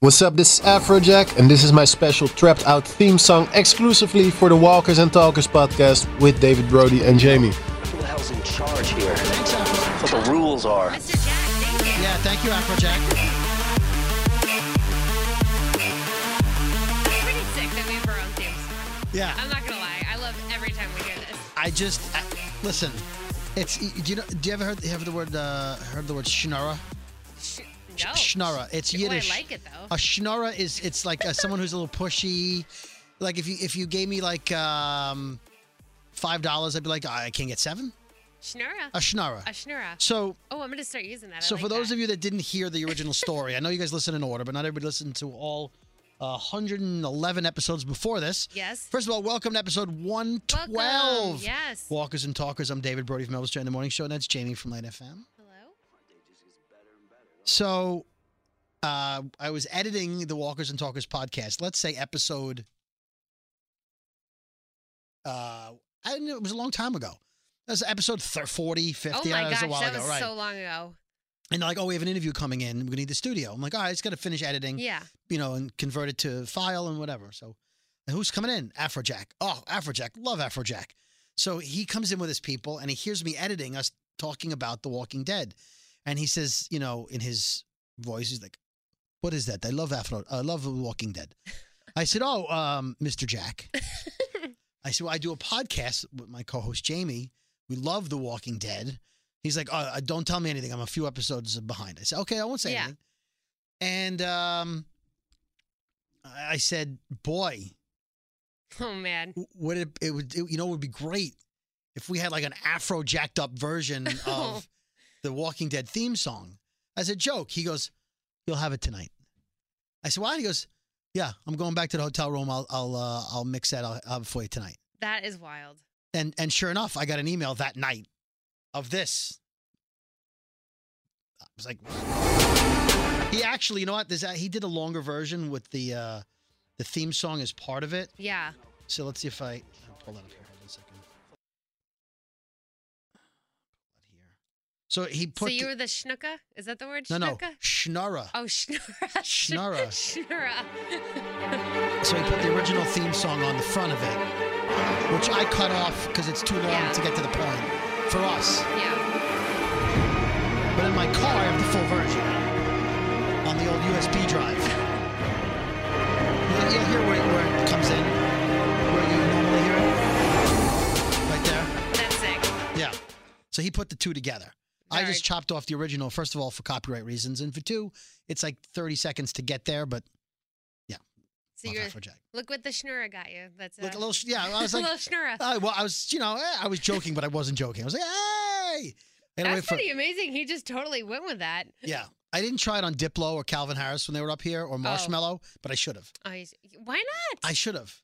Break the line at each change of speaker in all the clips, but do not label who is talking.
What's up, this is Afrojack, and this is my special Trapped Out theme song exclusively for the Walkers and Talkers podcast with David Brody and Jamie.
Who the hell's in charge here? That's what the rules are.
Yeah, thank you, Afrojack.
pretty sick that we have our own theme song.
Yeah,
I'm not gonna lie, I love every time we hear this.
I just I, listen. It's do you know? Do you ever heard, heard the word uh, heard the word schnurra?
Sh- no.
Schnurra. It's
Oh, I
Yiddish.
like it though.
A schnurra is it's like uh someone who's a little pushy. Like if you if you gave me like um, five dollars, I'd be like, I can't get seven.
Schnurra.
A schnurra.
A schnurra.
So
Oh, I'm gonna start using that. I
so
like
for those
that.
of you that didn't hear the original story, I know you guys listen in order, but not everybody listened to all uh, 111 episodes before this.
Yes.
First of all, welcome to episode 112.
Welcome. Yes.
Walkers and Talkers. I'm David Brody from Elvis Duran the Morning Show, and that's Jamie from Light FM.
Hello.
So, uh, I was editing the Walkers and Talkers podcast. Let's say episode. Uh, I didn't know it was a long time ago. That was episode thir 40, 50.
oh my
that
gosh,
was a while
that
ago,
was
right?
so long ago.
and they're like, oh, we have an interview coming in. We need the studio. I'm like, all right, it's got to finish editing,
Yeah.
you know, and convert it to file and whatever. So, and who's coming in? Afrojack. Oh, Afrojack. Love Afrojack. So he comes in with his people and he hears me editing us talking about The Walking Dead. And he says, you know, in his voice, he's like, what is that? I love Afro. I love The Walking Dead. I said, oh, um, Mr. Jack. I said, well, I do a podcast with my co host, Jamie. We love The Walking Dead. He's like, oh, don't tell me anything. I'm a few episodes behind. I said, okay, I won't say
Yeah.
anything. And um, I I said, boy,
Oh man.
w- would it, it would it, you know it would be great if we had like an afro jacked up version of the walking dead theme song as a joke he goes you'll have it tonight i said why he goes yeah i'm going back to the hotel room i'll i'll uh, i'll mix that i'll I'll have it for you tonight
That is wild.
and and sure enough i got an email that night of this i was like he actually you know what there's that he did a longer version with the uh the theme song as part of it
Yeah.
so let's see if I I'll pull that up here. Hold on a second. Pull that here. So he put
so you
the-
were the schnucka? Is that the word?
no no
Schnucka?
Schnurra.
Oh, schnurra.
Schnurra.
Schnurra. Oh.
So he put the original theme song on the front of it, which I cut off because it's too long
Yeah.
to get to the point for us.
yeah.
But in my car, I have the full version on the old USB drive. You'll- You'll hear where it, where it comes in, where you normally hear it, right there.
That's sick.
Yeah. So he put the two together. I
Very-
just chopped off the original, first of all, for copyright reasons, and for two, it's like 30 seconds to get there, but
So
love
you're.
Afrojack.
Look what the schnurra got you. That's
Like a
uh,
little, sh- yeah, I was like,
little schnurra.
uh, well, I was, you know, eh, I was joking, but I wasn't joking. I was like, hey! And I
That's
went for-
pretty amazing. He just totally went with that.
yeah. I didn't try it on Diplo or Calvin Harris when they were up here or Marshmallow, but I should have.
Oh, he's- why not?
I should have.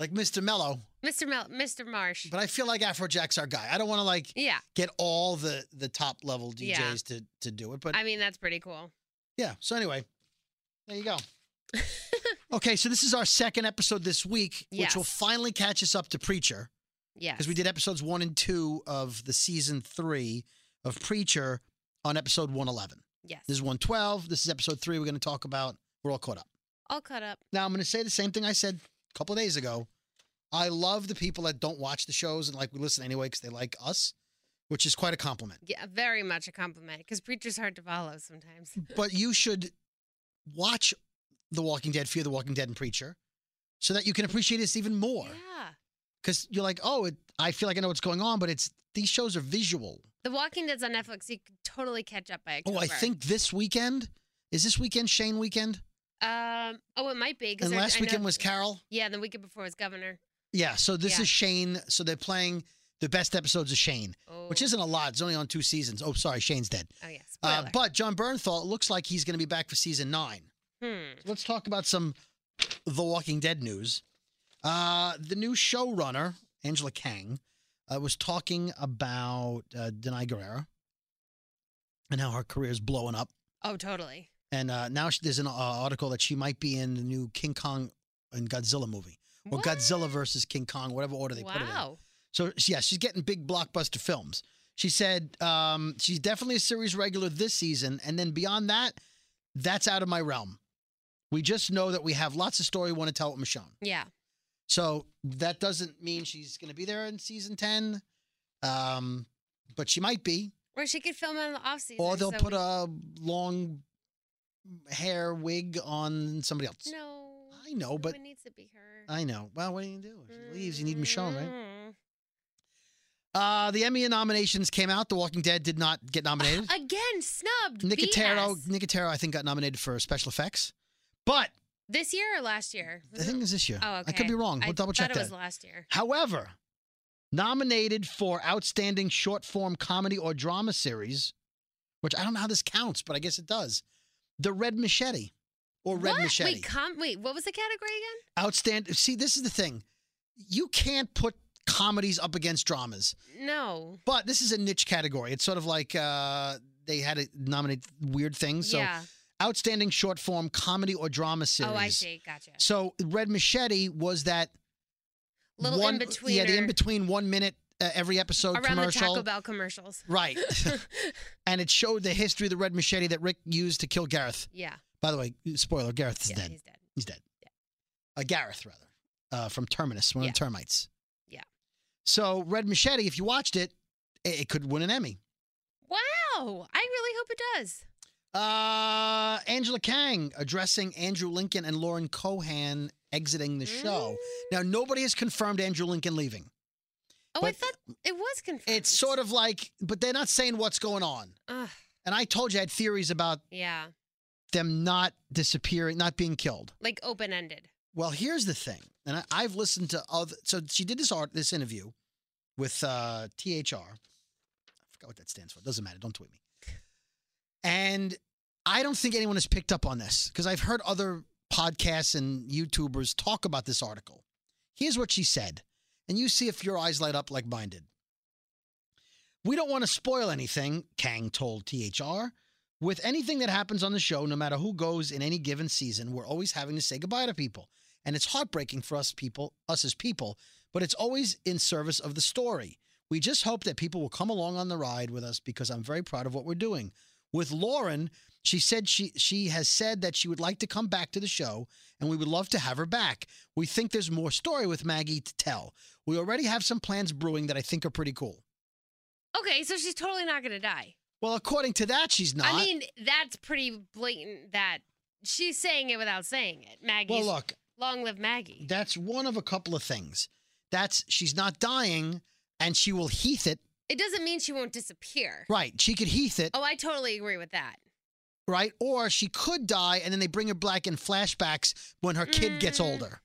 Like Mr. Mellow,
Mr. Mel, Mr. Marsh.
but I feel like Afrojack's our guy. I don't want to like
yeah.
get all the the top level DJs
Yeah.
to to do it, but
I mean, that's pretty cool.
Yeah. So anyway, there you go. okay, so this is our second episode this week, which will
Yes.
finally catch us up to Preacher
Yeah.
because we did episodes one and two of the season three of Preacher on episode 111.
Yes.
This is 112. This is episode three. We're going to talk about. We're all caught up.
All cut up.
Now I'm going to say the same thing I said a couple of days ago. I love the people that don't watch the shows and like we listen anyway because they like us, which is quite a compliment.
Yeah, very much a compliment because preacher's hard to follow sometimes.
but you should watch The Walking Dead, Fear the Walking Dead, and Preacher, so that you can appreciate this even more.
Yeah.
Because you're like, oh, it, I feel like I know what's going on, but it's these shows are visual.
The Walking Dead's on Netflix. You could totally catch up by a
Oh, I
cover.
think this weekend is this weekend Shane weekend,
Um. Oh, it might be. 'cause
and
I-
last
I know-
weekend was Carol.
Yeah, and the weekend before was Governor.
Yeah, so this
Yeah.
is Shane. So they're playing the best episodes of Shane,
Oh.
which isn't a lot. It's only on two seasons. Oh, sorry, Shane's dead.
Oh yes.
Uh, but John Bernthal it looks like he's going to be back for season nine.
hmm.
let's talk about some The Walking Dead news. Uh, the new showrunner, Angela Kang, uh, was talking about uh, Denai Guerrera and how her career is blowing up.
Oh, totally.
And uh, now she, there's an uh, article that she might be in the new King Kong and Godzilla movie, or
What?
Oh, Godzilla versus King Kong, whatever order they put it in.
Wow.
So yeah, she's getting big blockbuster films. She said um, she's definitely a series regular this season, and then beyond that, that's out of my realm. We just know that we have lots of story we want to tell with Michonne.
Yeah.
So that doesn't mean she's going to be there in season 10, um, but she might be.
Or she could film it in the off season.
Or they'll
so
put
we-
a long hair wig on somebody else.
No.
I know, but-
it needs to be her.
I know. Well, what do you do? If she leaves, you need Michonne, right?
Mm.
Uh, the Emmy nominations came out. The Walking Dead did not get nominated.
Again, snubbed.
Nicotero,
BS.
Nicotero, I think, got nominated for special effects, but
This year or last year?
I think it was this year.
Oh,
I could be
okay.
wrong. We'll
I
double check
thought
that.
it was last year.
However, nominated for Outstanding Short Form Comedy or Drama Series, which I don't know how this counts, but I guess it does. The Red Machete or Red
what?
Machete.
Wait, com- wait, what was the category again?
Outstanding. See, this is the thing. You can't put comedies up against dramas,
No.
but this is a niche category. It's sort of like uh, they had to nominate weird things. So,
yeah.
Outstanding Short Form Comedy or Drama Series.
Oh, I see. Gotcha.
So, Red Machete was that
Little
one,
in between.
Yeah, the in between one minute uh, every episode
around
commercial.
the Taco Bell commercials.
Right. and it showed the history of the red machete that Rick used to kill Gareth.
Yeah.
By the way, spoiler, Gareth is
yeah,
dead.
he's dead.
He's dead. Uh, Gareth, rather, uh, from Terminus, one of the termites.
Yeah.
So, Red Machete, if you watched it, it, it could win an Emmy.
Wow. I really hope it does.
Uh, Angela Kang addressing Andrew Lincoln and Lauren Cohan exiting the show. Now, nobody has confirmed Andrew Lincoln leaving.
Oh, I
but-
thought it was confirmed.
It's sort of like, but they're not saying what's going on.
Ugh,
And I told you I had theories about
yeah.
them not disappearing, not being killed.
Like open ended.
Well, here's the thing, and I, I've listened to other. So she did this art, this interview with uh, THR. I forgot what that stands for. Doesn't matter. Don't tweet me. And I don't think anyone has picked up on this because I've heard other podcasts and YouTubers talk about this article. Here's what she said, and you see if your eyes light up like mine did. We don't want to spoil anything, Kang told THR. With anything that happens on the show, no matter who goes in any given season, we're always having to say goodbye to people. And it's heartbreaking for us people, us as people, but it's always in service of the story. We just hope that people will come along on the ride with us because I'm very proud of what we're doing. With Lauren, she said she she has said that she would like to come back to the show and we would love to have her back. We think there's more story with Maggie to tell. We already have some plans brewing that I think are pretty cool.
Okay, so she's totally not going to die.
Well, according to that, she's not.
I mean, that's pretty blatant that she's saying it without saying it. Maggie's
well, look,
long live Maggie.
That's one of a couple of things. That's she's not dying and she will heath it.
It doesn't mean she won't disappear.
Right. She could heath it,
Oh, I totally agree with that.
right? Or she could die and then they bring her back in flashbacks when her kid gets
Mm,
older.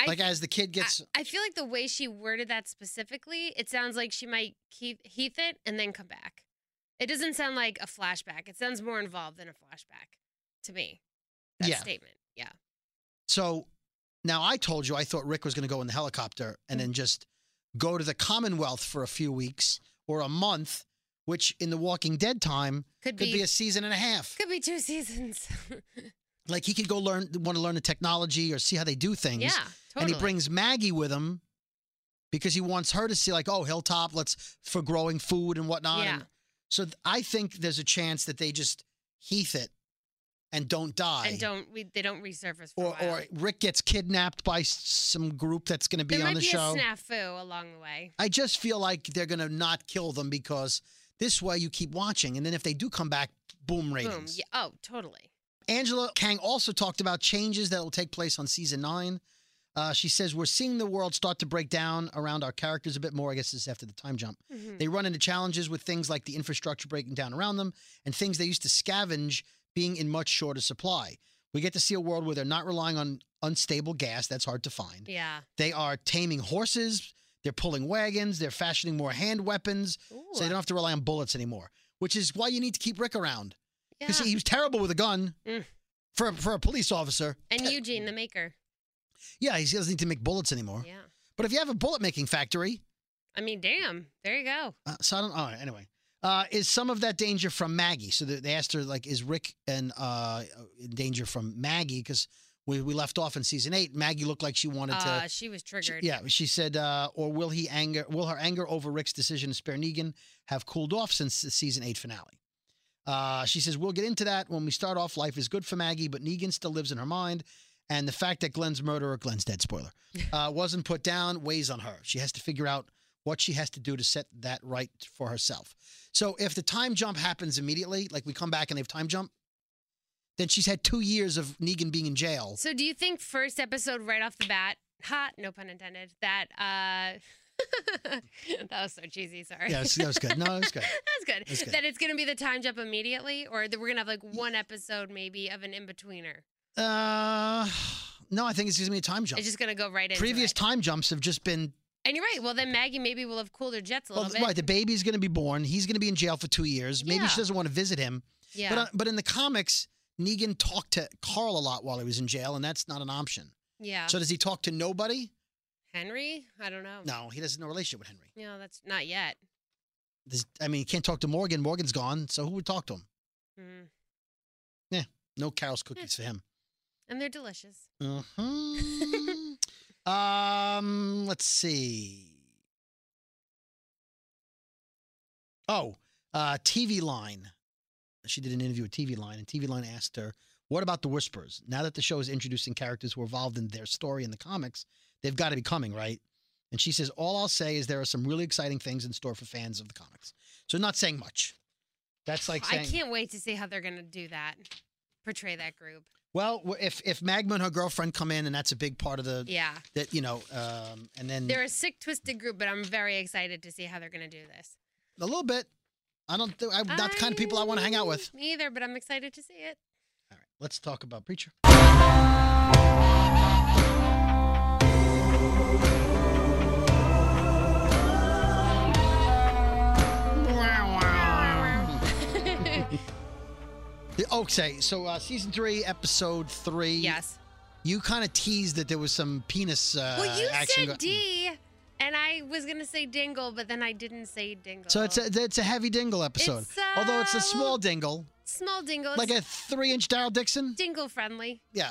I
like
th-
as the kid
I,
gets
I feel like the way she worded that specifically, it sounds like she might keep heath it and then come back. It doesn't sound like a flashback. It sounds more involved than a flashback to me. That
Yeah.
statement. Yeah.
So now I told you I thought Rick was going to go in the helicopter and
Mm.
then just go to the Commonwealth for a few weeks or a month, which in the Walking Dead time
Could
could
be,
be, a season and a half.
could be two seasons.
Like he could go learn want to learn the technology or see how they do things.
yeah. Totally.
and he brings Maggie with him because he wants her to see like oh hilltop let's for growing food and whatnot
Yeah.
and so th- i think there's a chance that they just heath it and don't die
and don't we they don't resurface for a
or,
while.
or rick gets kidnapped by s- some group that's going to be
there
on
might
the
be
show
a snafu along the way.
i just feel like they're going to not kill them because this way you keep watching and then if they do come back boom ratings
Boom. Yeah. Oh, totally.
Angela Kang also talked about changes that will take place on season nine. Uh, she says, We're seeing the world start to break down around our characters a bit more. I guess this is after the time jump.
Mhm.
They run into challenges with things like the infrastructure breaking down around them and things they used to scavenge being in much shorter supply. We get to see a world where they're not relying on unstable gas, that's hard to find.
Yeah.
They are taming horses, they're pulling wagons, they're fashioning more hand weapons,
Ooh,
so they don't have to rely on bullets anymore, which is why you need to keep Rick around.
yeah.
Because he was terrible with a gun
Mm.
for, a- for a police officer.
and Eugene, the maker.
Yeah, he doesn't need to make bullets anymore.
Yeah.
But if you have a bullet making factory,
I mean, damn. There you go.
uh, so I don't. All right, anyway, uh, is some of that danger from Maggie? So they they asked her like, is Rick and uh, in danger from Maggie? Because we, we left off in season eight. Maggie looked like she wanted to.
Uh, she was
She-
triggered.
yeah, she said, uh, or will he anger? Will her anger over Rick's decision to spare Negan have cooled off since the season eight finale? Uh, she says, We'll get into that when we start off. Life is good for Maggie, but Negan still lives in her mind. And the fact that Glenn's murderer, Glenn's dead, spoiler, uh, wasn't put down weighs on her. She has to figure out what she has to do to set that right for herself. So if the time jump happens immediately, like we come back and they have time jump, then she's had two years of Negan being in jail.
So do you think first episode right off the bat, ha, no pun intended, that uh that was so cheesy, sorry.
Yeah, that was good. No, it was good.
That's good.
That's good.
That it's gonna be the time jump immediately, or that we're gonna have like one episode maybe of an in betweener.
Uh, no, I think it's going to be a time jump.
It's just gonna go right into
Previous
it.
time jumps have just been
And you're right. Well, then Maggie maybe will have cooled her jets a
well,
little
th-
bit.
right. The baby's going to be born. He's going to be in jail for two years. Maybe
Yeah.
she doesn't want to visit him.
yeah.
But uh, but in the comics, Negan talked to Carl a lot while he was in jail, and that's not an option.
yeah.
So does he talk to nobody?
Henry? I don't know.
No, he doesn't. No relationship with Henry.
No, that's not yet.
There's, I mean, he can't talk to Morgan. Morgan's gone. So who would talk to him?
Mm.
No Carol's cookies
Hmm.
for him.
And they're delicious.
Mhm. um, let's see. Oh, uh, TV Line. She did an interview with TV Line, and TV Line asked her, "What about the Whispers? Now that the show is introducing characters who are involved in their story in the comics, they've got to be coming, right?" And she says, "All I'll say is there are some really exciting things in store for fans of the comics." So not saying much. That's like saying,
I can't wait to see how they're gonna do that, portray that group.
"Well, w- if if Magma and her girlfriend come in, and that's a big part of the
Yeah,
that you know, um, and then
they're a sick, twisted group, but I'm very excited to see how they're gonna do this.
A little bit. I don't. Th- I'm not the kind of people I want to hang out with.
Me either, but I'm excited to see it.
All right, let's talk about preacher. The- Okay, so uh, season three, episode three.
yes.
You kind of teased that there was some penis uh,
well, you
action.
said
go-
D, and I was gonna say Dingle, but then I didn't say Dingle.
So it's a it's a heavy dingle episode.
It's, uh,
Although it's a small dingle,
small Dingle,
like a three inch Daryl Dixon.
Dingle friendly.
Yeah,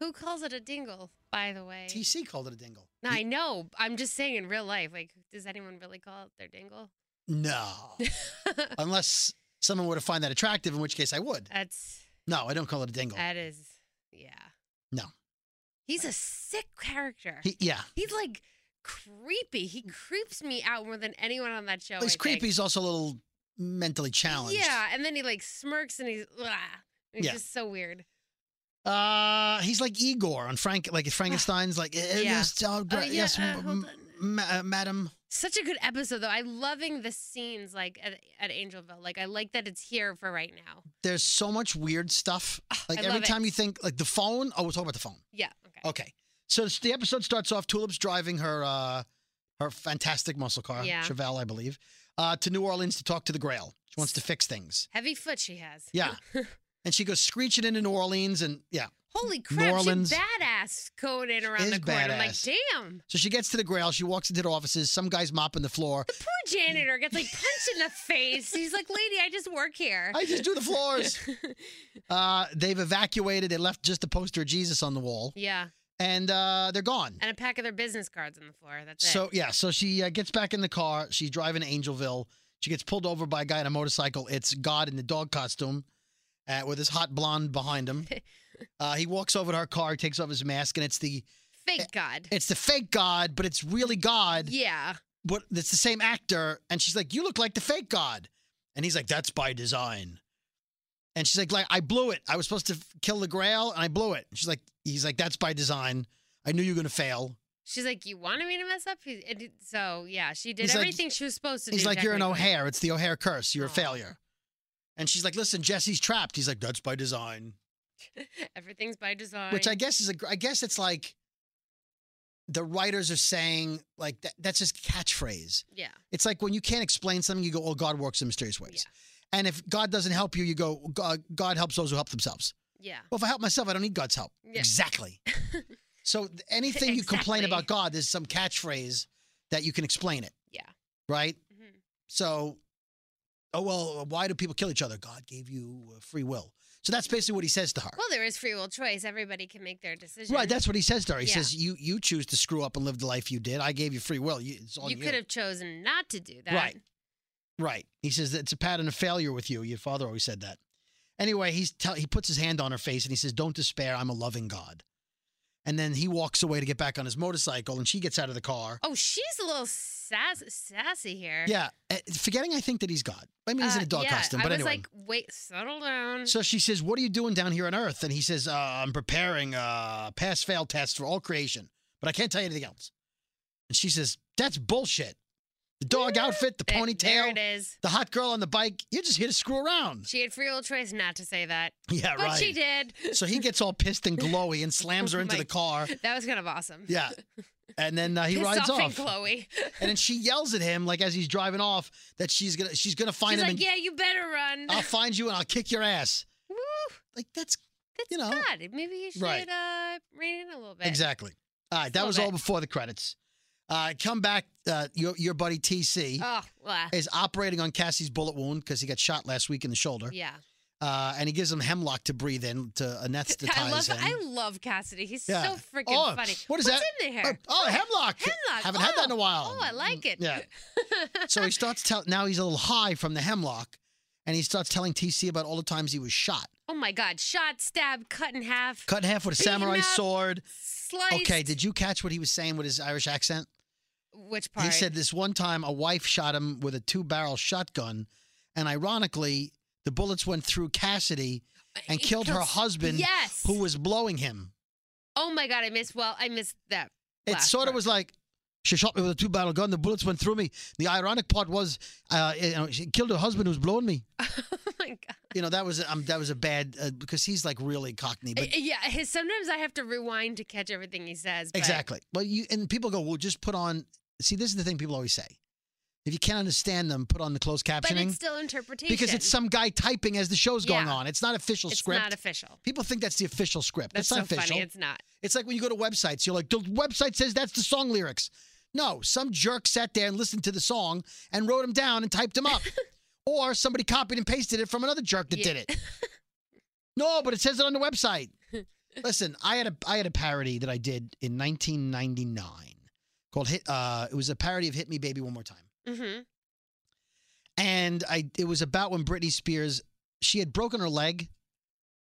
Who calls it a Dingle? By the way,
TC called it a dingle.
No, I know. I'm just saying in real life, like, does anyone really call it their dingle?
No, unless someone were to find that attractive, in which case I would.
That's
No, I don't call it a dingle.
that is, yeah.
No.
He's a sick character.
He, yeah,
He's like creepy. He creeps me out more than anyone on that show.
he's
I think.
creepy. He's also a little mentally challenged.
Yeah, and then he like smirks and he's, blah. It's
Yeah.
just so weird.
Uh, he's like Igor on Frank, like Frankenstein's, like eh,
Yeah.
yes, uh, gra-
Oh, yeah,
yes,
uh,
m-
hold
m-
on.
ma- uh, madam.
Such a good episode though. I'm loving the scenes like at, at Angelville. Like I like that it's here for right now.
There's so much weird stuff. Like
I
every
love it.
time you think, like the phone. Oh, we'll talk about the phone.
Yeah. Okay.
Okay, so it's- the episode starts off. Tulip's driving her, uh, her fantastic muscle car,
Yeah.
Chevelle, I believe, uh, to New Orleans to talk to the Grail. She wants to fix things,
Heavy foot she has.
Yeah. and she goes screeching into New Orleans, and yeah.
Holy crap,
Orleans.
she badass going in around
is
the corner. I'm like,
badass.
damn.
So she gets to the Grail. She walks into the offices. Some guy's mopping the floor.
Poor janitor gets like punched in the face. He's like, lady, I just work here.
I just do the floors. Uh, they've evacuated. They left just a poster of Jesus on the wall,
yeah.
and uh, they're gone.
And a pack of their business cards on the floor. That's
So
it.
yeah, so she uh, gets back in the car. She's driving to Angelville. She gets pulled over by a guy on a motorcycle. It's God in the dog costume, uh, with his hot blonde behind him. Uh, he walks over to her car. He takes off his mask, and it's the
Fake God.
it's the fake God, but it's really God.
Yeah.
But it's the same actor. And she's like, "You look like the fake God," and he's like, "That's by design." And she's like, "Like I blew it. I was supposed to f- kill the Grail, and I blew it." And she's like, "He's like, that's by design. I knew you were gonna fail."
She's like, you wanted me to mess up? He- it- So, yeah, she did
He's like-
everything she was supposed to do.
He's like, You're an
technically.
O'Hare. It's the O'Hare curse. You're a
Aw.
failure. And she's like, Listen, Jesse's trapped. He's like, That's by design.
Everything's by design.
Which I guess is a, gr- I guess it's like the writers are saying, like, that, that's just catchphrase.
Yeah.
It's like when you can't explain something, you go, Oh, God works in mysterious ways. And if God doesn't help you, you go, God, God helps those who help themselves.
Yeah.
Well, if I help myself, I don't need God's help.
Yeah.
Exactly. so th- anything you complain
Exactly.
about God, there's some catchphrase that you can explain it.
Yeah.
Right?
Mhm.
So, oh, well, why do people kill each other? God gave you uh, free will. So that's basically what he says to her.
Well, there is free will choice. Everybody can make their decision.
Right, that's what he says to her. He
Yeah.
says, "You you choose to screw up and live the life you did. I gave you free will. You, it's on
you
you."
could have chosen not to do that.
Right. Right. He says that it's a pattern of failure with you. Your father always said that. Anyway, he's tell, he puts his hand on her face and he says, "Don't despair. I'm a loving God." And then he walks away to get back on his motorcycle, and she gets out of the car.
Oh, she's a little sass- sassy here.
Yeah, eh, forgetting I think that he's God. I mean, he's in
Uh,
a dog
yeah,
costume, but
I was
anyway.
like, wait, settle down.
So she says, What are you doing down here on Earth? And he says, uh, I'm preparing a pass fail test for all creation, but I can't tell you anything else. And she says, That's bullshit. The dog outfit, the
There- There it
ponytail,
is.
the hot girl on the bike, you're just here to screw around.
She had free will choice not to say that,
Yeah,
but
right.
she did.
So he gets all pissed and glowy and slams her
Oh
into
my-
the car.
That was kind of awesome.
Yeah. And then uh, he
Pissed
rides
off, and
off.
Chloe.
And then she yells at him, like as he's driving off, that she's gonna she's gonna find
She's
him
like,
and
yeah, you better run.
I'll find you and I'll kick your ass.
Woo!
Like that's
That's
You know.
God. Maybe you should
Right.
uh, rein in a little bit.
Exactly. All right,
Just a
that
little
was all
bit.
before the credits. Uh, come back, uh, your your buddy TC
Oh, well,
is operating on Cassie's bullet wound because he got shot last week in the shoulder,
yeah.
uh, and he gives him hemlock to breathe in to anesthetize
I love
him.
I love Cassidy. He's
Yeah.
so freaking
Oh,
funny.
what is
What's
that?
in there?
Oh, oh, hemlock.
Hemlock.
Haven't had that in a
Oh,
while. Mm,
Oh, I like it.
Yeah. so he starts telling. Now he's a little high from the hemlock, and he starts telling TC about all the times he was shot,
Oh my God! Shot, stabbed, cut in half,
cut in half with a
Beaten
samurai
up.
sword.
sliced.
Okay, did you catch what he was saying with his Irish accent?
Which part?
He said this one time a wife shot him with a two barrel shotgun, and ironically, the bullets went through Cassidy and
Uh, He
killed her
kills-
husband,
Yes.
who was blowing him.
Oh my God! I missed. Well, I missed that.
It
last
sort of
part.
was like she shot me with a two barrel gun, the bullets went through me. The ironic part was uh, you know, she killed her husband who was blowing me.
oh my God.
You know, that was um, that was a bad, uh, because he's like really cockney. But
Uh, yeah. His, sometimes I have to rewind to catch everything he says. but-
Exactly. Well, you and people go, well, just put on. See, this is the thing people always say. If you can't understand them, put on the closed
But
captioning.
it's still interpretation.
because it's some guy typing as the show's going
Yeah.
on. It's not official
It's
script.
not official.
People think that's the official script.
That's
it's not
so
official.
funny. It's not.
It's like when you go to websites, you're like, the website says that's the song lyrics. No, some jerk sat there and listened to the song and wrote them down and typed them up. or somebody copied and pasted it from another jerk that
Yeah.
did it. No, but it says it on the website. Listen, I had a I had a parody that I did in 1999 called Hit uh it was a parody of Hit Me Baby One More Time
Mm-hmm.
and I it was about when Britney Spears she had broken her leg,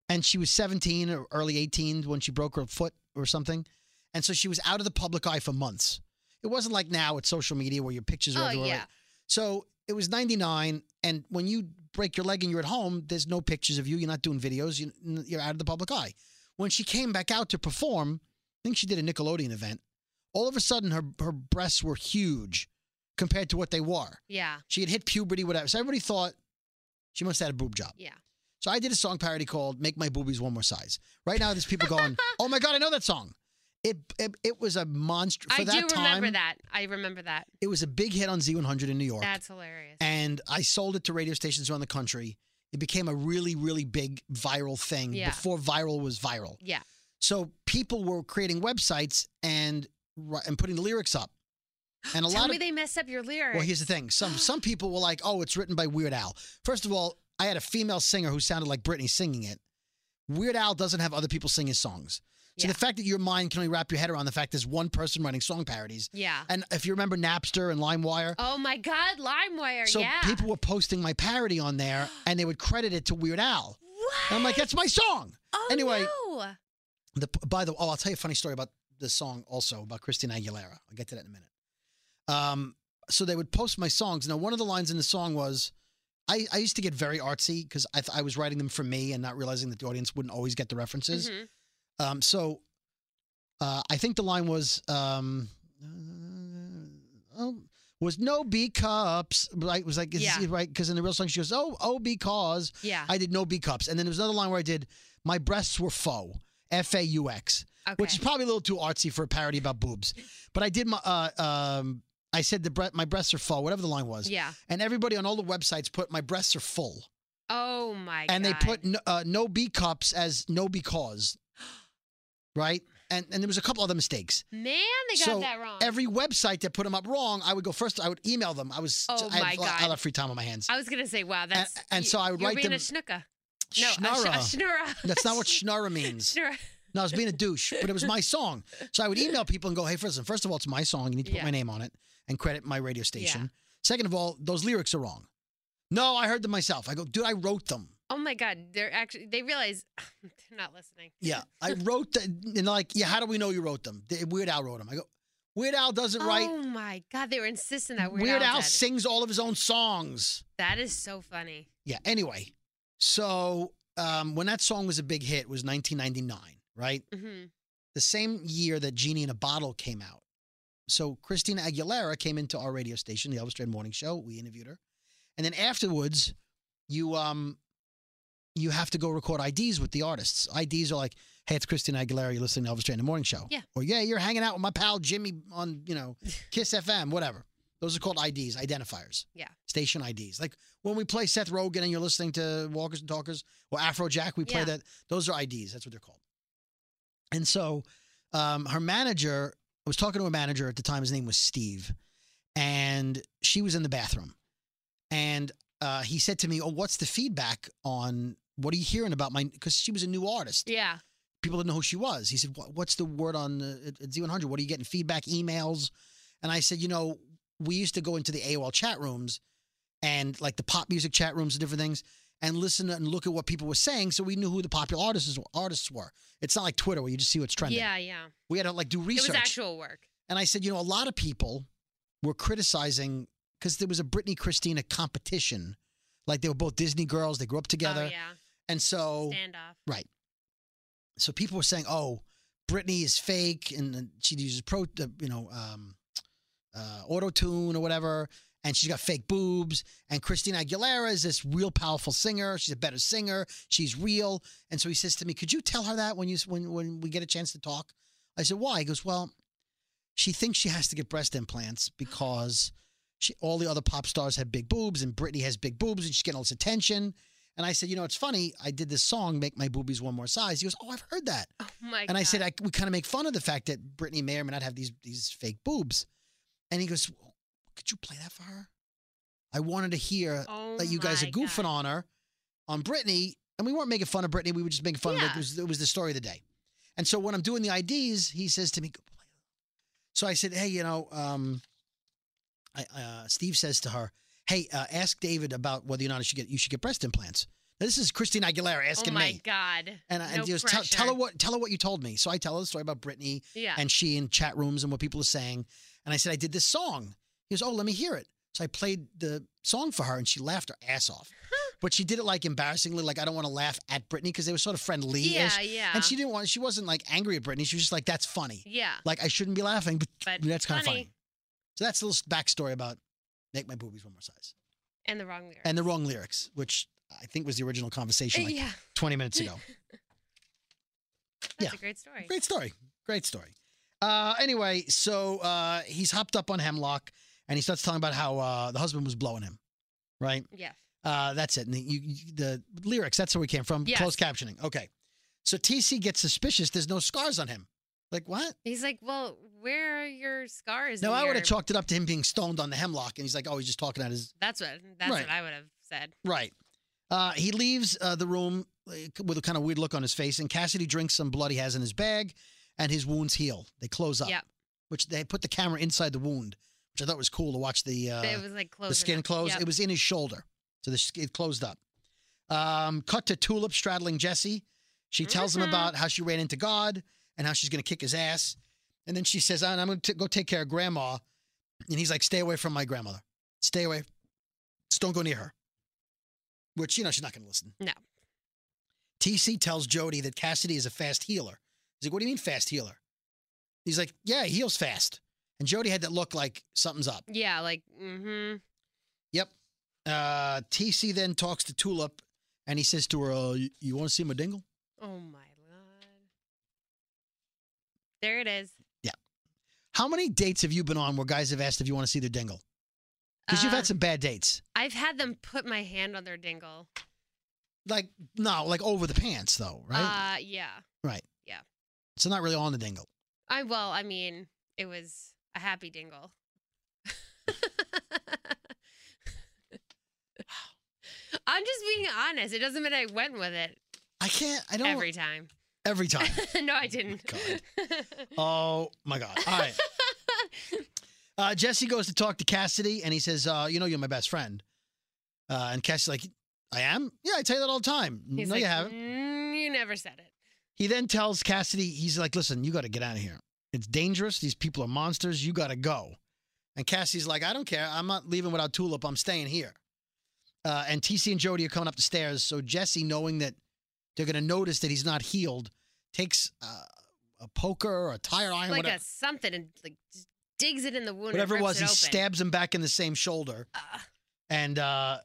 and she was 17 or early 18 when she broke her foot or something, and so she was out of the public eye for months. It wasn't like now with social media where your pictures are
Oh
everywhere.
yeah.
So it was 99, and when you break your leg and you're at home, there's no pictures of you. You're not doing videos. You, you're out of the public eye. When she came back out to perform, I think she did a Nickelodeon event. All of a sudden, her her breasts were huge compared to what they were.
Yeah.
She had hit puberty, whatever. So everybody thought she must have had a boob job.
Yeah.
So I did a song parody called "Make My Boobies One More Size." Right now, there's people going, "Oh my god, I know that song." It it, it was a monster for
I
that
do
time.
remember that. I remember that.
It was a big hit on Z100 in New York,
That's hilarious.
and I sold it to radio stations around the country. It became a really, really big viral thing
Yeah.
before viral was viral.
yeah.
So people were creating websites and ri- and putting the lyrics up, and a
Tell
lot
me
of
they messed up your lyrics.
well, here's the thing. Some some people were like, "Oh, it's written by Weird Al." First of all, I had a female singer who sounded like Britney singing it. Weird Al doesn't have other people sing his songs. So
Yeah.
the fact that your mind can only wrap your head around the fact there's one person writing song parodies,
yeah.
and if you remember Napster and LimeWire,
Oh my God, LimeWire.
so
yeah.
people were posting my parody on there, and they would credit it to Weird Al.
What?
And I'm like, "That's my song."
Oh,
anyway-
no.
The, by the oh, I'll tell you a funny story about this song also about Christina Aguilera. I'll get to that in a minute. Um, so they would post my songs. Now, one of the lines in the song was, I, I used to get very artsy because I, th- I was writing them for me and not realizing that the audience wouldn't always get the references.
Mhm.
Um, so uh, I think the line was, um, oh, was no B cups, right? It was like, is
Yeah.
it right? Because in the real song, she goes, oh, oh, because.
Yeah.
I did no B cups. And then there was another line where I did, my breasts were faux, F A U X
okay.
which is probably a little too artsy for a parody about boobs. But I did my, uh, um, I said the bre- my breasts are full, whatever the line was,
yeah.
and everybody on all the websites put my breasts are full,
Oh my
and
God.
they put no, uh, no B cups as no because, right? And and there was a couple other mistakes.
Man, they got
so
that wrong.
Every website that put them up wrong, I would go first. I would email them. I was
Oh
I,
my
had, a lot-
God.
a lot of free time on my hands.
I was gonna say, wow, that's.
and
you-
so I would
you're
write
being a
them-
schnucka. No, a,
Schnarra.
sh- a schnurra.
That's not what schnurra means.
Schnurra.
No, I was being a douche, but it was my song. So I would email people and go, hey, first, first of all, it's my song. You need to put
Yeah.
my name on it and credit my radio station. Second of all, those lyrics are wrong. No, I heard them myself. I go, dude, I wrote them.
Oh my God, they're actually they realize they're not listening.
Yeah, I wrote that. And they're like, yeah, how do we know you wrote them? They- Weird Al wrote them. I go, Weird Al doesn't write.
Oh my God, they were insisting that Weird,
Weird Al
did.
sings all of his own songs.
That is so funny.
Yeah. Anyway, so um, when that song was a big hit was 1999, right?
hmm
The same year that Genie in a Bottle came out. So Christina Aguilera came into our radio station, the Elvis Duran Morning Show. We interviewed her, and then afterwards, you um, you have to go record IDs with the artists. IDs are like, hey, it's Christina Aguilera. You're listening to Elvis Duran the Morning Show.
Yeah.
Or yeah, you're hanging out with my pal Jimmy on you know Kiss FM, whatever. Those are called IDs, identifiers.
Yeah.
Station IDs. Like when we play Seth Rogen and you're listening to Walkers and Talkers or Afrojack, we play
Yeah.
that. Those are IDs. That's what they're called. And so um, her manager, I was talking to a manager at the time. His name was Steve. And she was in the bathroom. And uh, he said to me, Oh, what's the feedback on what are you hearing about my? Because she was a new artist
Yeah.
people didn't know who she was. He said, "What- "What's the word on the at- at Z100? What are you getting? Feedback, emails?" And I said, "You know, we used to go into the AOL chat rooms and like the pop music chat rooms and different things, and listen and look at what people were saying, so we knew who the popular artists artists were. It's not like Twitter where you just see what's trending.
Yeah. Yeah.
We had to like do research.
It was actual work. Oh,
and I said, you know, a lot of people were criticizing because there was a Britney Christina competition, like they were both Disney girls. They grew up together,
Oh, yeah.
and so
Standoff.
so people were saying, "Oh, Britney is fake, and then she uses pro, uh, you know, um, uh, auto tune or whatever, and she's got fake boobs." And Christina Aguilera is this real powerful singer. She's a better singer. She's real. And so he says to me, "Could you tell her that when you when when we get a chance to talk?" I said, "Why?" He goes, "Well, she thinks she has to get breast implants because." She, all the other pop stars have big boobs, and Britney has big boobs, and she's getting all this attention. And I said, you know, it's funny. I did this song, "Make My Boobies One More Size." He goes, "Oh, I've heard that."
Oh my God.
And I said, I, we kind of make fun of the fact that Brittany may or may not have these these fake boobs. And he goes, could you play that for her? I wanted to hear
oh
that you guys are
my
goofing
God.
on her, on Brittany. And we weren't making fun of Brittany. We were just making fun of it.
Yeah.
It was, it was the story of the day. And so when I'm doing the IDs, he says to me, go play. So I said, hey, you know, um, I, uh, Steve says to her, hey, uh, ask David about whether or not you should get, you should get breast implants. Now, this is Christine Aguilera
Oh
asking
my
me.
God.
And, I- and
No
he goes, tell, tell
pressure.
her what tell her what you told me. So I tell her the story about Britney
Yeah.
and she in chat rooms and what people are saying. And I said I did this song. He goes, oh, let me hear it. So I played the song for her, and she laughed her ass off. but she did it like embarrassingly, like I don't want to laugh at Britney because they were sort of friendly.
yeah. Yeah.
And she didn't want. She wasn't like angry at Britney. She was just like, that's funny.
Yeah.
Like I shouldn't be laughing, but,
But
that's kind of
funny.
funny. So that's a little backstory about make my boobies one more size
And the wrong lyric.
and the wrong lyrics, which I think was the original conversation like
Uh, yeah. Mm,
20 minutes ago.
That's
yeah.
a great story.
Great story. Great story. Uh, anyway, so uh, he's hopped up on Hemlock and he starts talking about how uh, the husband was blowing him, right?
Yeah.
Uh, that's it. And the, you, you- the lyrics, that's where we came from.
Yes.
Closed captioning. Okay. So TC gets suspicious. There's no scars on him. Like, what?
He's like, well, where are your scars?
No,
and
I would
your-"
have chalked it up to him being stoned on the Hemlock. And he's like, oh, he's just talking about his.
That's what. That's
Right.
what I would have said.
Right. Uh, he leaves uh, the room like, with a kind of weird look on his face, and Cassidy drinks some blood he has in his bag, and his wounds heal. They close up.
Yep.
Which they put the camera inside the wound, which I thought was cool to watch the uh,
it was like close.
the skin close.
Yep.
It was in his shoulder, so the sk- it closed up. Um, cut to Tulip straddling Jesse. She tells
Mhm.
him about how she ran into God and how she's going to kick his ass, and then she says, "And "I'm going to go take care of Grandma," and he's like, "Stay away from my grandmother. Stay away. Just don't go near her." Which you know she's not going to listen.
No.
TC tells Jody that Cassidy is a fast healer. He's like, "What do you mean fast healer?" He's like, "Yeah, he heals fast." And Jody had that look like something's up.
yeah. Like. Mm-hmm.
Yep. Uh, TC then talks to Tulip, and he says to her, uh, "You, you want to see my dingle?"
Oh my god. There it is.
How many dates have you been on where guys have asked if you want to see their dingle? Because you've
Uh,
had some bad dates,
I've had them put my hand on their dingle.
like no, like over the pants though, right?
Uh, yeah.
so not really on the dingle.
I well, I mean, it was a happy dingle. I'm just being honest. It doesn't mean I went with it
I can't. I don't
every time.
every time.
no, I didn't.
Oh God. oh my god! All right. Uh, Jesse goes to talk to Cassidy, and he says, uh, "You know, you're my best friend." Uh, and Cassie's like, I am? Yeah, I tell you that all the time.
He's
no,
like,
you haven't.
"Mm, you never said it.
He then tells Cassidy, he's like, listen, you got to get out of here. It's dangerous. These people are monsters. You got to go. And Cassidy's like, I don't care. I'm not leaving without Tulip. I'm staying here. Uh, and TC and Jody are coming up the stairs. So Jesse, knowing that they're going to notice that he's not healed, takes uh, a poker or a tire iron,
like
whatever,
a something and like just digs it in the wound.
whatever it
and rips
was. he
it open.
stabs him back in the same shoulder.
Ugh.
and uh,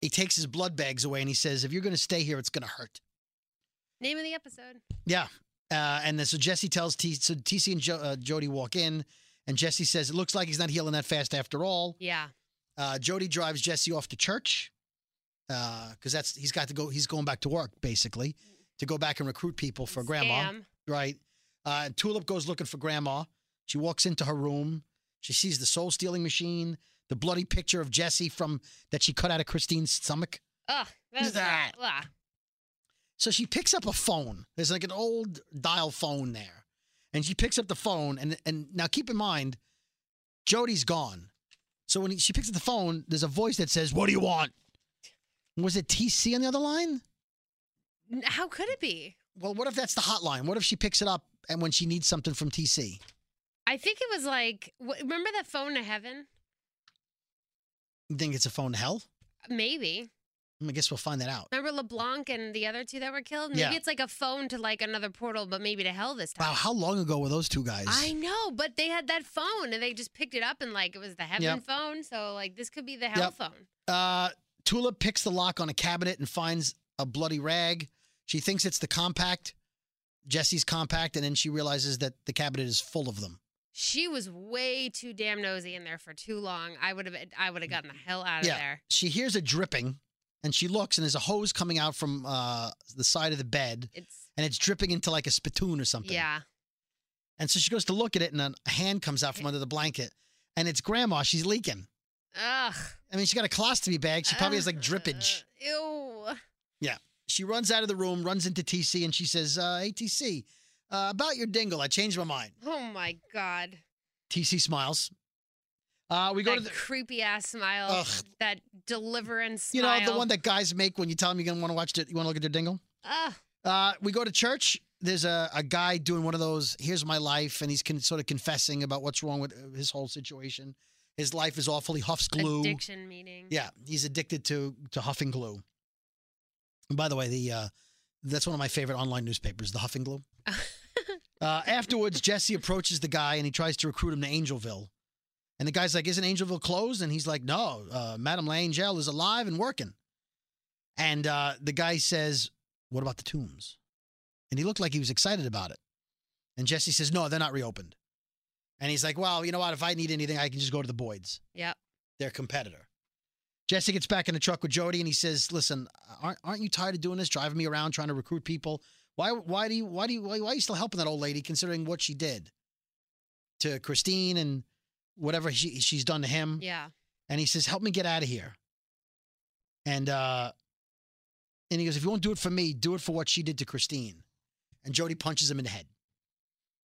he takes his blood bags away and he says, "If you're going to stay here, it's going to hurt."
name of the episode.
Yeah. Uh, and then so Jesse tells T. So TC and jo- uh, Jody walk in, and Jesse says, "It looks like he's not healing that fast after all."
Yeah.
Uh, Jody drives Jesse off to church because that's he's got to go. He's going back to work basically to go back and recruit people for grandma,
Scam.
right? Uh, and Tulip goes looking for grandma. She walks into her room. She sees the soul stealing machine, the bloody picture of Jesse from that she cut out of Christine's stomach.
Ugh. That's
that?
Ugh.
So she picks up a phone. There's like an old dial phone there. And she picks up the phone and and now keep in mind Jody's gone. So when she picks up the phone, there's a voice that says, "What do you want?" Was it TC on the other line?
N- How could it be?
Well, what if that's the hotline? What if she picks it up and when she needs something from TC?
I think it was like wh- remember that phone to heaven?
You think it's a phone to hell?
Maybe.
I guess we'll find that out.
Remember LeBlanc and the other two that were killed? Maybe
Yeah.
it's like a phone to like another portal, but maybe to hell this time.
Wow, how long ago were those two guys?
I know, but they had that phone and they just picked it up and like it was the heaven
Yep.
phone. So like this could be the hell
Yep.
phone.
Uh, Tula picks the lock on a cabinet and finds a bloody rag. She thinks it's the compact, Jesse's compact, and then she realizes that the cabinet is full of them.
She was way too damn nosy in there for too long. I would have I would have gotten the hell out of
Yeah.
there.
She hears a dripping and she looks, and there's a hose coming out from uh, the side of the bed
It's
and it's dripping into like a spittoon or something.
yeah.
And so she goes to look at it, and a hand comes out from under the blanket and it's grandma. She's leaking.
Ugh.
I mean, she's got a colostomy bag. She probably has like
Ugh. Uh.
drippage.
Ew.
She runs out of the room, runs into TC, and she says, uh, Hey, TC, uh, about your dingle, I changed my mind.
Oh my god.
TC smiles. Uh, we go to
that
the,
creepy ass smile,
Ugh.
that deliverance
you
smile.
know, the one that guys make when you tell them you're gonna want to watch it. You want to look at their dingle.
Ugh.
Uh, we go to church. There's a, a guy doing one of those. Here's my life, and he's con- sort of confessing about what's wrong with uh, his whole situation. His life is awful. He huffs glue.
addiction meeting.
Yeah, he's addicted to to huffing glue. And by the way, the uh, that's one of my favorite online newspapers, the Huffing Glue. uh, afterwards, Jesse approaches the guy and he tries to recruit him to Angelville. And the guy's like, "Isn't Angelville closed?" And he's like, "No, uh, Madame Langell is alive and working." And uh, the guy says, "What about the tombs?" And he looked like he was excited about it. And Jesse says, "No, they're not reopened." And he's like, "Well, you know what? If I need anything, I can just go to the Boyds."
Yep.
their competitor. Jesse gets back in the truck with Jody and he says, "Listen, aren't, aren't you tired of doing this, driving me around trying to recruit people? Why why do you why do you why, why are you still helping that old lady considering what she did to Christine and whatever she she's done to him?"
Yeah.
And he says, "Help me get out of here." And uh and he goes, "If you won't do it for me, do it for what she did to Christine." And Jody punches him in the head.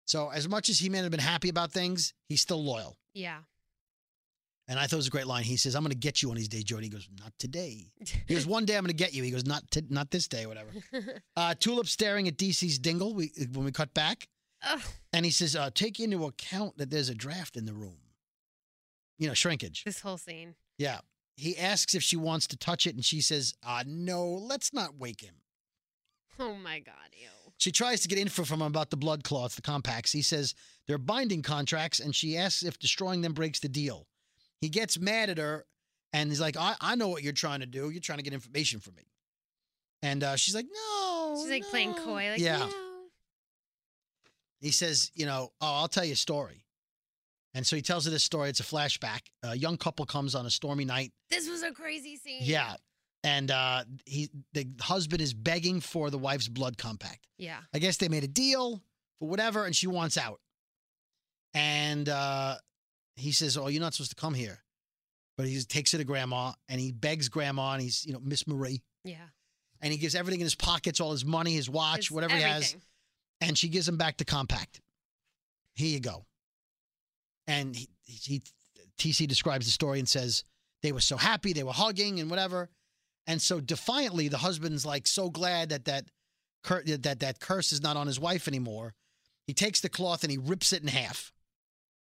So as much as he may have been happy about things, he's still loyal.
Yeah.
And I thought it was a great line. He says, "I'm going to get you one of these days, Jody." He goes, "Not today." He goes, "One day I'm going to get you." He goes, "Not t- not this day, whatever." Uh, Tulip staring at DC's dingle we, when we cut back,
Ugh.
and he says, uh, "Take into account that there's a draft in the room." You know, shrinkage.
This whole scene.
Yeah. He asks if she wants to touch it, and she says, "Uh, no, let's not wake him."
Oh my god. Ew.
She tries to get info from him about the blood cloth, the compacts. He says they're binding contracts, and she asks if destroying them breaks the deal. He gets mad at her, and he's like, "I, I know what you're trying to do. You're trying to get information from me." And uh, she's like, "No."
She's like playing
no."
coy. Like
yeah.
no.
He says, "You know, oh, I'll tell you a story." And so he tells her this story. It's a flashback. A young couple comes on a stormy night.
This was a crazy scene.
Yeah. And uh, he, the husband is begging for the wife's blood compact.
Yeah.
I guess they made a deal for whatever, and she wants out. And uh, he says, "Oh, you're not supposed to come here," but he takes her to grandma, and he begs grandma, and he's you know Miss Marie,
Yeah.
and he gives everything in his pockets, all his money, his watch,
It's
whatever he has,
everything.
and she gives him back the compact. Here you go. And he, he TC describes the story and says, They were so happy. They were hugging and whatever. And so defiantly, the husband's like so glad that that cur- that that curse is not on his wife anymore. He takes the cloth and he rips it in half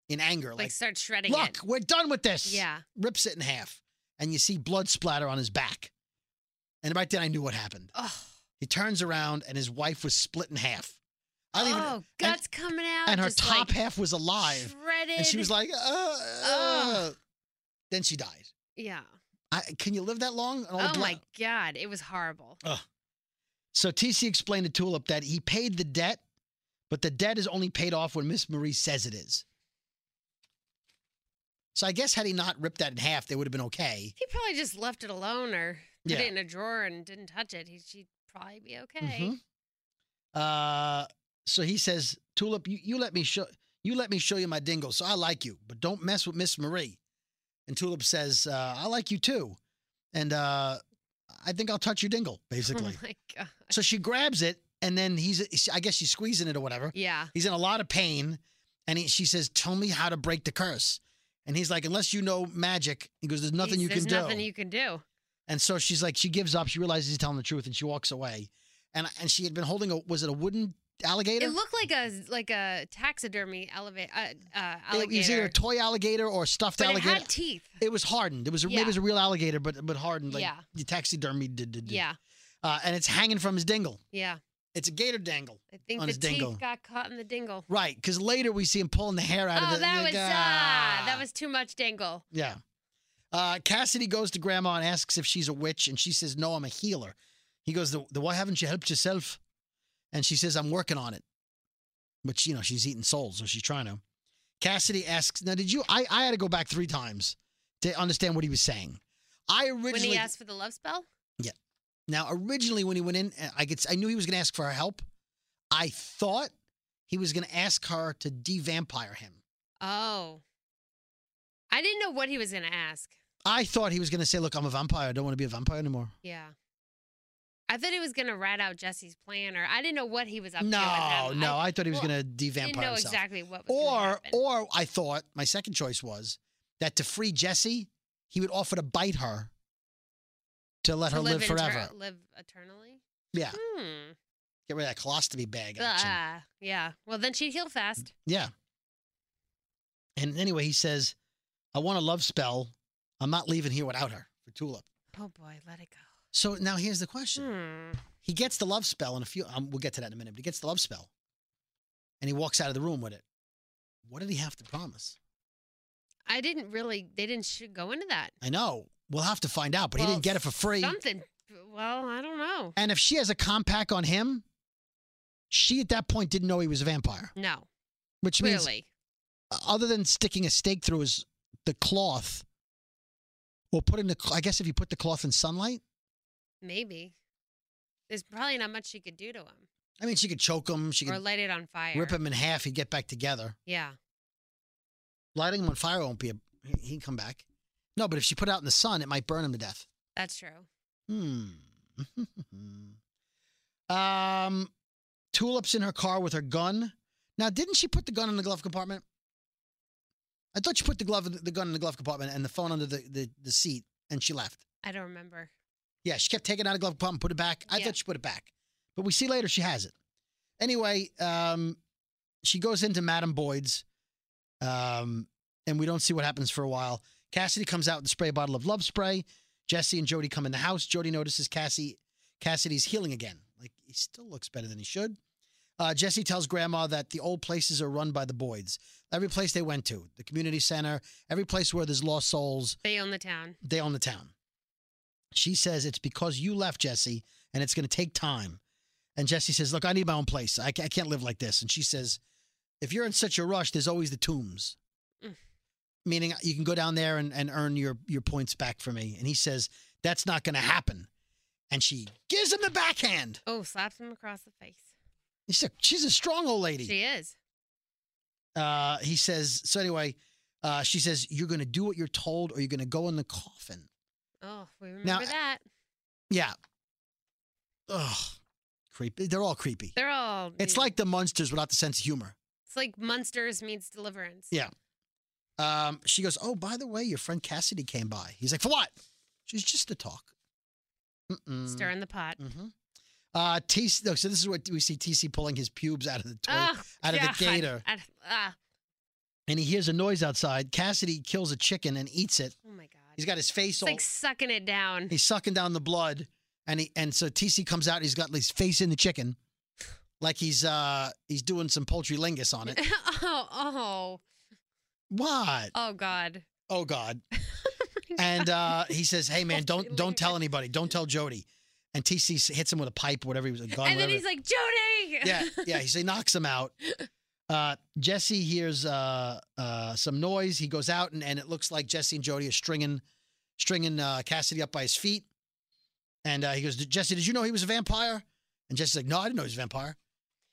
in anger.
Like, start shredding
look,
it.
we're done with this.
Yeah.
Rips it in half. And you see blood splatter on his back. And right then I knew what happened.
Oh,
He turns around and his wife was split in half. I
oh
don't even
guts coming out.
and her
Uh, just,
top
like,
half was alive.
Shredded.
And she was like, uh, uh.
Ugh.
Then she died.
yeah.
I, can you live that long? And all the
Oh my
blood-
God. It was horrible.
So TC explained to Tulip that he paid the debt, but the debt is only paid off when Miss Marie says it is. So I guess had he not ripped that in half, they would have been okay.
He probably just left it alone or put
Yeah.
it in a drawer and didn't touch it. He, she'd probably be okay.
Mhm. Uh, so he says, Tulip, you, you let me show you let me show you my dingle. So I like you, but don't mess with Miss Marie. And Tulip says, uh, I like you too, and uh, I think I'll touch your dingle,
Oh
basically.
my God.
so she grabs it, and then he's I guess she's squeezing it or whatever.
Yeah.
He's in a lot of pain, and he, she says, "Tell me how to break the curse." And he's like, "Unless you know magic," he goes, "There's nothing you
He's-
can
There's
do."
nothing you can do.
And so she's like, she gives up. She realizes he's telling the truth, and she walks away. And and she had been holding a was it a wooden alligator?
It looked like a like a taxidermy eleva- uh, uh,
It was either
alligator.
a toy alligator or a stuffed
but it
alligator.
had teeth.
It was hardened. It was a, maybe
Yeah.
it was a real alligator, but but hardened like
Yeah.
the taxidermy. Did, did, did.
Yeah.
Uh, and it's hanging from his dingle.
Yeah.
It's a gator dangle.
I think
On
the
his
teeth
dingle.
got caught in the dingle.
Right, because later we see him pulling the hair out of
oh,
the.
that
the-
was uh,
ah.
that was too much dangle.
Yeah. Uh, Cassidy goes to Grandma and asks if she's a witch, and she says, "No, I'm a healer." He goes, "The- the- "Why haven't you helped yourself?" And she says, "I'm working on it," but you know she's eating souls, so she's trying to. Cassidy asks, "Now, did you?" I, I had to go back three times to understand what he was saying. I originally
When he asked for the love spell,
now originally when he went in, uh, I could s- I knew he was going to ask for her help. I thought he was going to ask her to de-vampire him.
oh, I didn't know what he was gonna ask.
I thought he was going to say, "Look, I'm a vampire. I don't want to be a vampire anymore."
Yeah, I thought he was gonna rat out Jesse's plan, or I didn't know what he was up to.
No,
at that-
no,
I
I thought he was
well,
going to devampire
didn't know
himself.
exactly what was gonna
Or,
happen.
or I thought my second choice was that to free Jesse, he would offer to bite her to let
To
her live,
inter-
forever.
live eternally.
yeah,
Hmm.
get rid of that colostomy bag action.
Ah, yeah. Well, then she'd heal fast.
Yeah. And anyway, he says, "I want a love spell. I'm not leaving here without her." For Tulip.
Oh boy, let it go.
So now here's the question:
Hmm.
He gets the love spell in a few. Um, we'll get to that in a minute. But he gets the love spell, and he walks out of the room with it. What did he have to promise?
I didn't really. They didn't sh- go into that.
I know. We'll have to find out, but he
Well,
didn't get it for free.
Something. Well, I don't know.
And if she has a compact on him, she at that point didn't know he was a vampire,
No,
which means
clearly.
uh, other than sticking a stake through his the cloth, or putting the cl- I guess if you put the cloth in sunlight,
Maybe. There's probably not much she could do to him
I mean she could choke him, she
or
could
light it on fire.
rip him in half, he'd get back together.
Yeah.
Lighting him on fire won't be a he- he'd come back. No, but if she put it out in the sun, it might burn him to death.
That's true.
Hmm. um, Tulip's in her car with her gun. Now, didn't she put the gun in the glove compartment? I thought she put the glove, the gun in the glove compartment, and the phone under the, the, the seat, and she left.
I don't remember.
Yeah, she kept taking it out of the glove compartment, put it back. I
Yeah.
thought she put it back, but we see later she has it. Anyway, um, she goes into Madame Boyd's, um, and we don't see what happens for a while. Cassidy comes out with a spray bottle of love spray. Jesse and Jody come in the house. Jody notices Cassie, Cassidy's healing again. Like he still looks better than he should. Uh, Jesse tells Grandma that the old places are run by the Boyds. Every place they went to, the community center, every place where there's lost souls,
They own the town.
they own the town. She says it's because you left, Jesse, and it's going to take time. And Jesse says, Look, I need my own place. I, ca- I can't live like this. And she says, If you're in such a rush, there's always the tombs,
Mm.
meaning uh, you can go down there and, and earn your, your points back for me. And he says, That's not going to happen. And she gives him the backhand.
Oh, slaps him across the face.
He's a, she's a strong old lady.
She is.
uh, he says, So anyway, uh, she says, You're going to do what you're told, or you're going to go in the coffin.
Oh, we remember
Now, eh, I-
that.
Yeah. Ugh. Creepy. They're all creepy.
They're all.
It's like the monsters without the sense of humor.
It's like monsters meets deliverance.
Yeah. Um, she goes, "Oh, by the way, your friend Cassidy came by." He's like, "For what?" She's just to talk. Mm-mm.
Stirring the pot.
Mm-hmm. Uh, TC. No, so this is what we see TC pulling his pubes out of the toilet,
Oh,
out of the
God.
gator,
Out of- ah,
and he hears a noise outside. Cassidy kills a chicken and eats it.
oh my God.
He's got his face
it's
all.
like sucking it down.
he's sucking down the blood, and he and so TC comes out. and He's got his face in the chicken, like he's uh he's doing some poultry lingus on it.
oh, oh,
What?
oh God.
Oh God. And uh, he says, "Hey man, don't
Poultry
don't tell
lingus.
anybody. Don't tell Jody." And TC s- hits him with a pipe, whatever he was a gun.
and then
whatever.
he's like, Jody.
yeah, yeah. He, so he knocks him out. Uh, Jesse hears uh, uh, some noise. He goes out, and, and it looks like Jesse and Jody are stringing, stringing uh, Cassidy up by his feet. And uh, he goes, Jesse, did you know he was a vampire? And Jesse's like, No, I didn't know he was a vampire.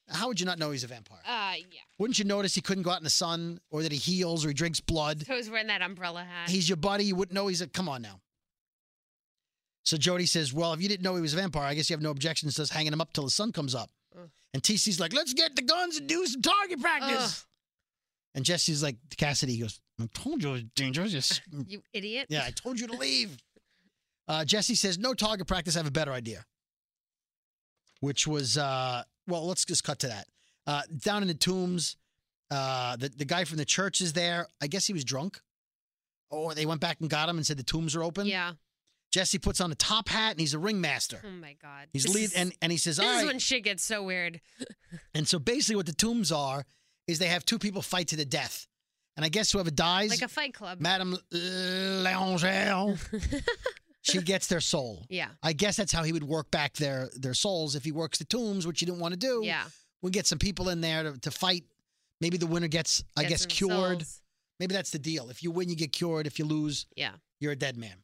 How would you not know he's a vampire?
Uh, yeah.
Wouldn't you notice he couldn't go out in the sun, or that he heals, or he drinks blood?
So he's wearing that umbrella hat.
He's your buddy. You wouldn't know he's a. Come on now. So Jody says, Well, if you didn't know he was a vampire, I guess you have no objections to us hanging him up till the sun comes up.
Ugh.
And TC's like, Let's get the guns and do some target practice. And Jesse's like, Cassidy he goes, I told you it was dangerous. Just-
you idiot.
yeah, I told you to leave. Uh, Jesse says, No target practice. I have a better idea. Which was, uh, well, let's just cut to that. Uh, down in the tombs, uh, the, the guy from the church is there. I guess he was drunk. Or they went back and got him and said the tombs are open.
Yeah.
Jesse puts on a top hat and he's a ringmaster.
Oh my God.
He's
This
lead
is-
and, and he says,
This
All
is
right.
when shit gets so weird.
and so basically what the tombs are is they have two people fight to the death. And I guess whoever dies,
Like a fight club.
Madame Langel, she gets their soul.
yeah.
I guess that's how he would work back their their souls if he works the tombs, which he didn't want to do.
Yeah.
We get some people in there to, to fight. Maybe the winner gets, I
Get
guess,
some
cured.
souls.
Maybe that's the deal. If you win, you get cured. If you lose,
Yeah.
you're a dead man.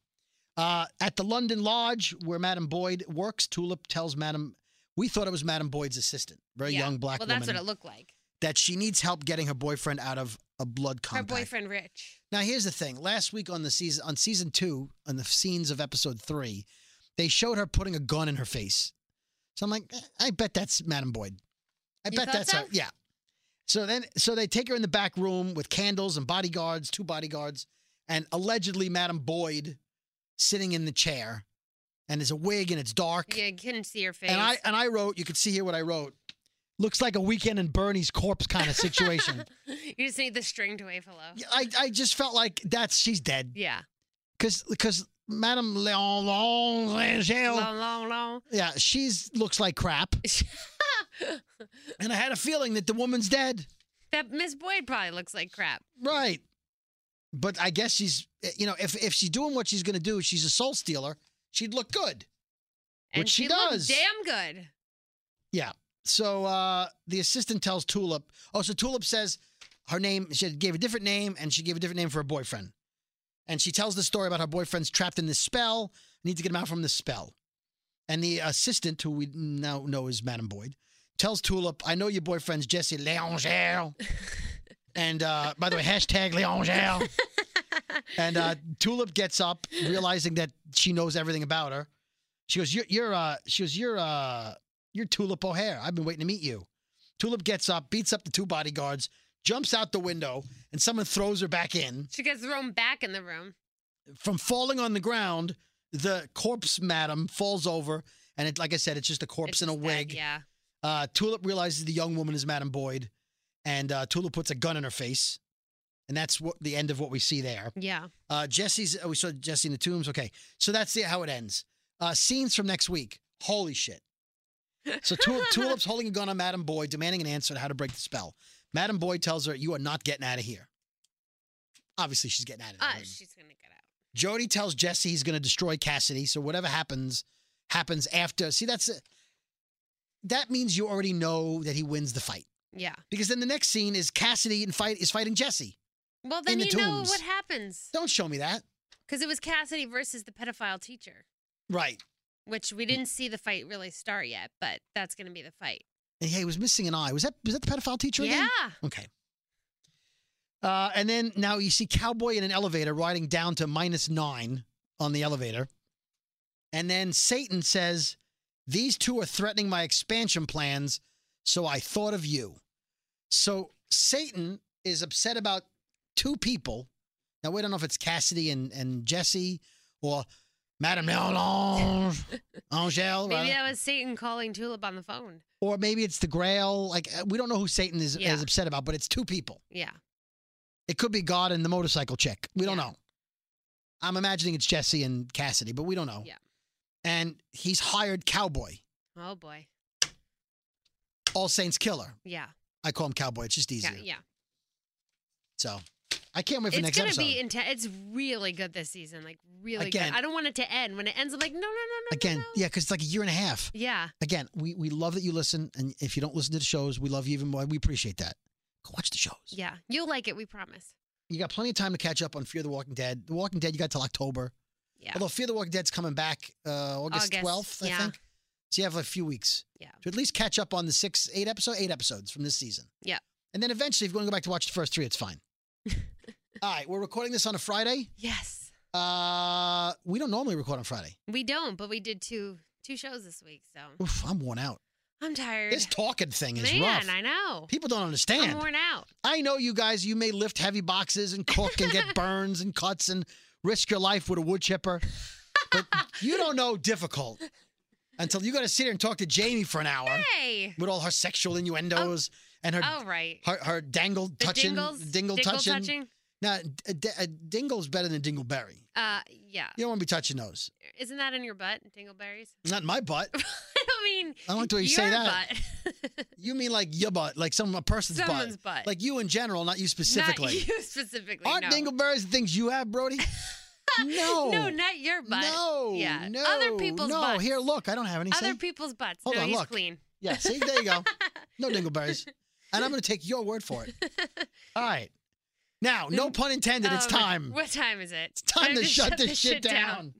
Uh, at the London Lodge, where Madame Boyd works, Tulip tells Madame, we thought it was Madame Boyd's assistant, very
Yeah.
young black
Well,
woman,
that's what it looked like.
that she needs help getting her boyfriend out of a blood compact.
Her boyfriend, Rich.
Now, here's the thing: last week on the season, on season two, on the scenes of episode three, they showed her putting a gun in her face. So I'm like, eh, I bet that's Madame Boyd. I
You
bet
thought
that's
so?
her. Yeah. So then, so they take her in the back room with candles and bodyguards, two bodyguards, and allegedly Madame Boyd sitting in the chair, and there's a wig and it's dark.
Yeah, you couldn't see her face.
and I and I wrote, you could see here what I wrote. Looks like a weekend in Bernie's corpse kind of situation.
you just need the string to wave hello.
Yeah, I I just felt like that's she's dead.
Yeah.
because because Madame Leon Leon Langell,
Long, long, long.
yeah, she's looks like crap, and I had a feeling that the woman's dead,
that Miss Boyd probably looks like crap.
right? But I guess she's you know if if she's doing what she's gonna do, she's a soul stealer. She'd look good.
And
Which she
looked
does.
Damn good.
So uh the assistant tells Tulip. Oh, so Tulip says her name. She gave a different name, and she gave a different name for her boyfriend. And she tells the story about her boyfriend's trapped in this spell. Need to get him out from this spell. And the assistant, who we now know is Madame Boyd, tells Tulip, "I know your boyfriend's Jesse Leangel." and uh, by the way, hashtag Leangel. and uh, Tulip gets up, realizing that she knows everything about her. She goes, "You're, you're uh, she goes, you're, uh, you're Tulip O'Hare. I've been waiting to meet you." Tulip gets up, beats up the two bodyguards, jumps out the window, and someone throws her back in.
She gets thrown back in the room.
From falling on the ground, the corpse madam falls over, and it, like I said, it's just a corpse
It's
in a
just that-
wig.
yeah.
Uh, Tulip realizes the young woman is Madame Boyd, and uh, Tulip puts a gun in her face, and that's what the end of what we see there.
Yeah.
Uh, Jesse's. Oh, we saw Jesse in the tombs. Okay, so that's the, how it ends. Uh, scenes from next week. Holy shit! So Tulip, Tulip's holding a gun on Madame Boyd, demanding an answer to how to break the spell. Madame Boyd tells her, "You are not getting out of here." Obviously, she's getting out of
Uh,
there.
she's going to get out.
Jody tells Jesse he's going to destroy Cassidy. So whatever happens, happens after. See, that's it. That means you already know that he wins the fight
Yeah.
because then the next scene is Cassidy and fight is fighting Jesse.
Well, then
the
you know
tombs.
what happens.
Don't show me that.
Because it was Cassidy versus the pedophile teacher,
Right.
which
Mm.
we didn't see the fight really start yet, but that's going to be the fight.
And yeah, he was missing an eye. Was that was that the pedophile teacher
yeah.
again? Okay. Uh, and then now you see Cowboy in an elevator riding down to minus nine on the elevator. And then Satan says, These two are threatening my expansion plans, so I thought of you. So Satan is upset about two people. Now we don't know if it's Cassidy and and Jesse or Madame Lelange, Angel,
Maybe
rather.
that was Satan calling Tulip on the phone.
or maybe it's the Grail. Like uh, we don't know who Satan is,
Yeah.
is upset about, but it's two people.
Yeah.
It could be God and the motorcycle chick. We don't
Yeah.
know. I'm imagining it's Jesse and Cassidy, but we don't know.
Yeah.
And he's hired Cowboy,
Oh boy.
All Saints Killer.
Yeah.
I call him Cowboy. It's just
Yeah.
easier.
Yeah.
So I can't wait for the next
It's gonna
episode.
be intense. It's really good this season. Like really
Again.
good. I don't want it to end. When it ends, I'm like, no, no, no, no. no,
Again,
no.
yeah, because it's like a year and a half.
Yeah.
Again, we, we love that you listen. And if you don't listen to the shows, we love you even more. We appreciate that. Go watch the shows.
Yeah. You'll like it. We promise.
You got plenty of time to catch up on Fear the Walking Dead. The Walking Dead, you got till October.
Yeah.
Although Fear the Walking Dead's coming back uh, August,
August,
12th, I
yeah.
think. So you have a few weeks
Yeah.
to at least catch up on the six, eight episode, eight episodes from this season.
Yeah.
And then eventually, if you want to go back to watch the first three, it's fine. All right, we're recording this on a Friday.
Yes.
Uh, we don't normally record on Friday.
We don't, but we did two two shows this week, so
Oof, I'm worn out.
I'm tired.
This talking thing is
Man,
rough.
I know.
People don't understand.
I'm worn out.
I know you guys, you may lift heavy boxes and cook and get burns and cuts and risk your life with a wood chipper. But you don't know difficult until you got to sit here and talk to Jamie for an hour
Hey.
with all her sexual innuendos and her,
All right.
her her dangle
Oh. The
touching,
dingles,
dingle, touching.
touching.
Now, a, d- a dingle's better than dingleberry.
Uh, yeah.
You don't want to be touching those.
Isn't that in your butt, dingleberries?
Not in my butt.
I don't mean
I don't like the way you say
your
that.
butt.
You mean like your butt, like some a person's
Someone's
butt.
butt.
like you in general, not you specifically.
Not you specifically.
Aren't
no.
dingleberries the things you have, Brody? no.
No, not your butt.
No.
Yeah.
No.
Other people's
No,
butts.
here, look, I don't have any.
Other
see?
people's butts.
Hold
no,
on,
he's
look.
clean.
yeah, see, there you go. No dingleberries. And I'm going to take your word for it. All right. Now, no pun intended, it's
Oh, my-
time.
What time is it?
It's time to shut this shit down.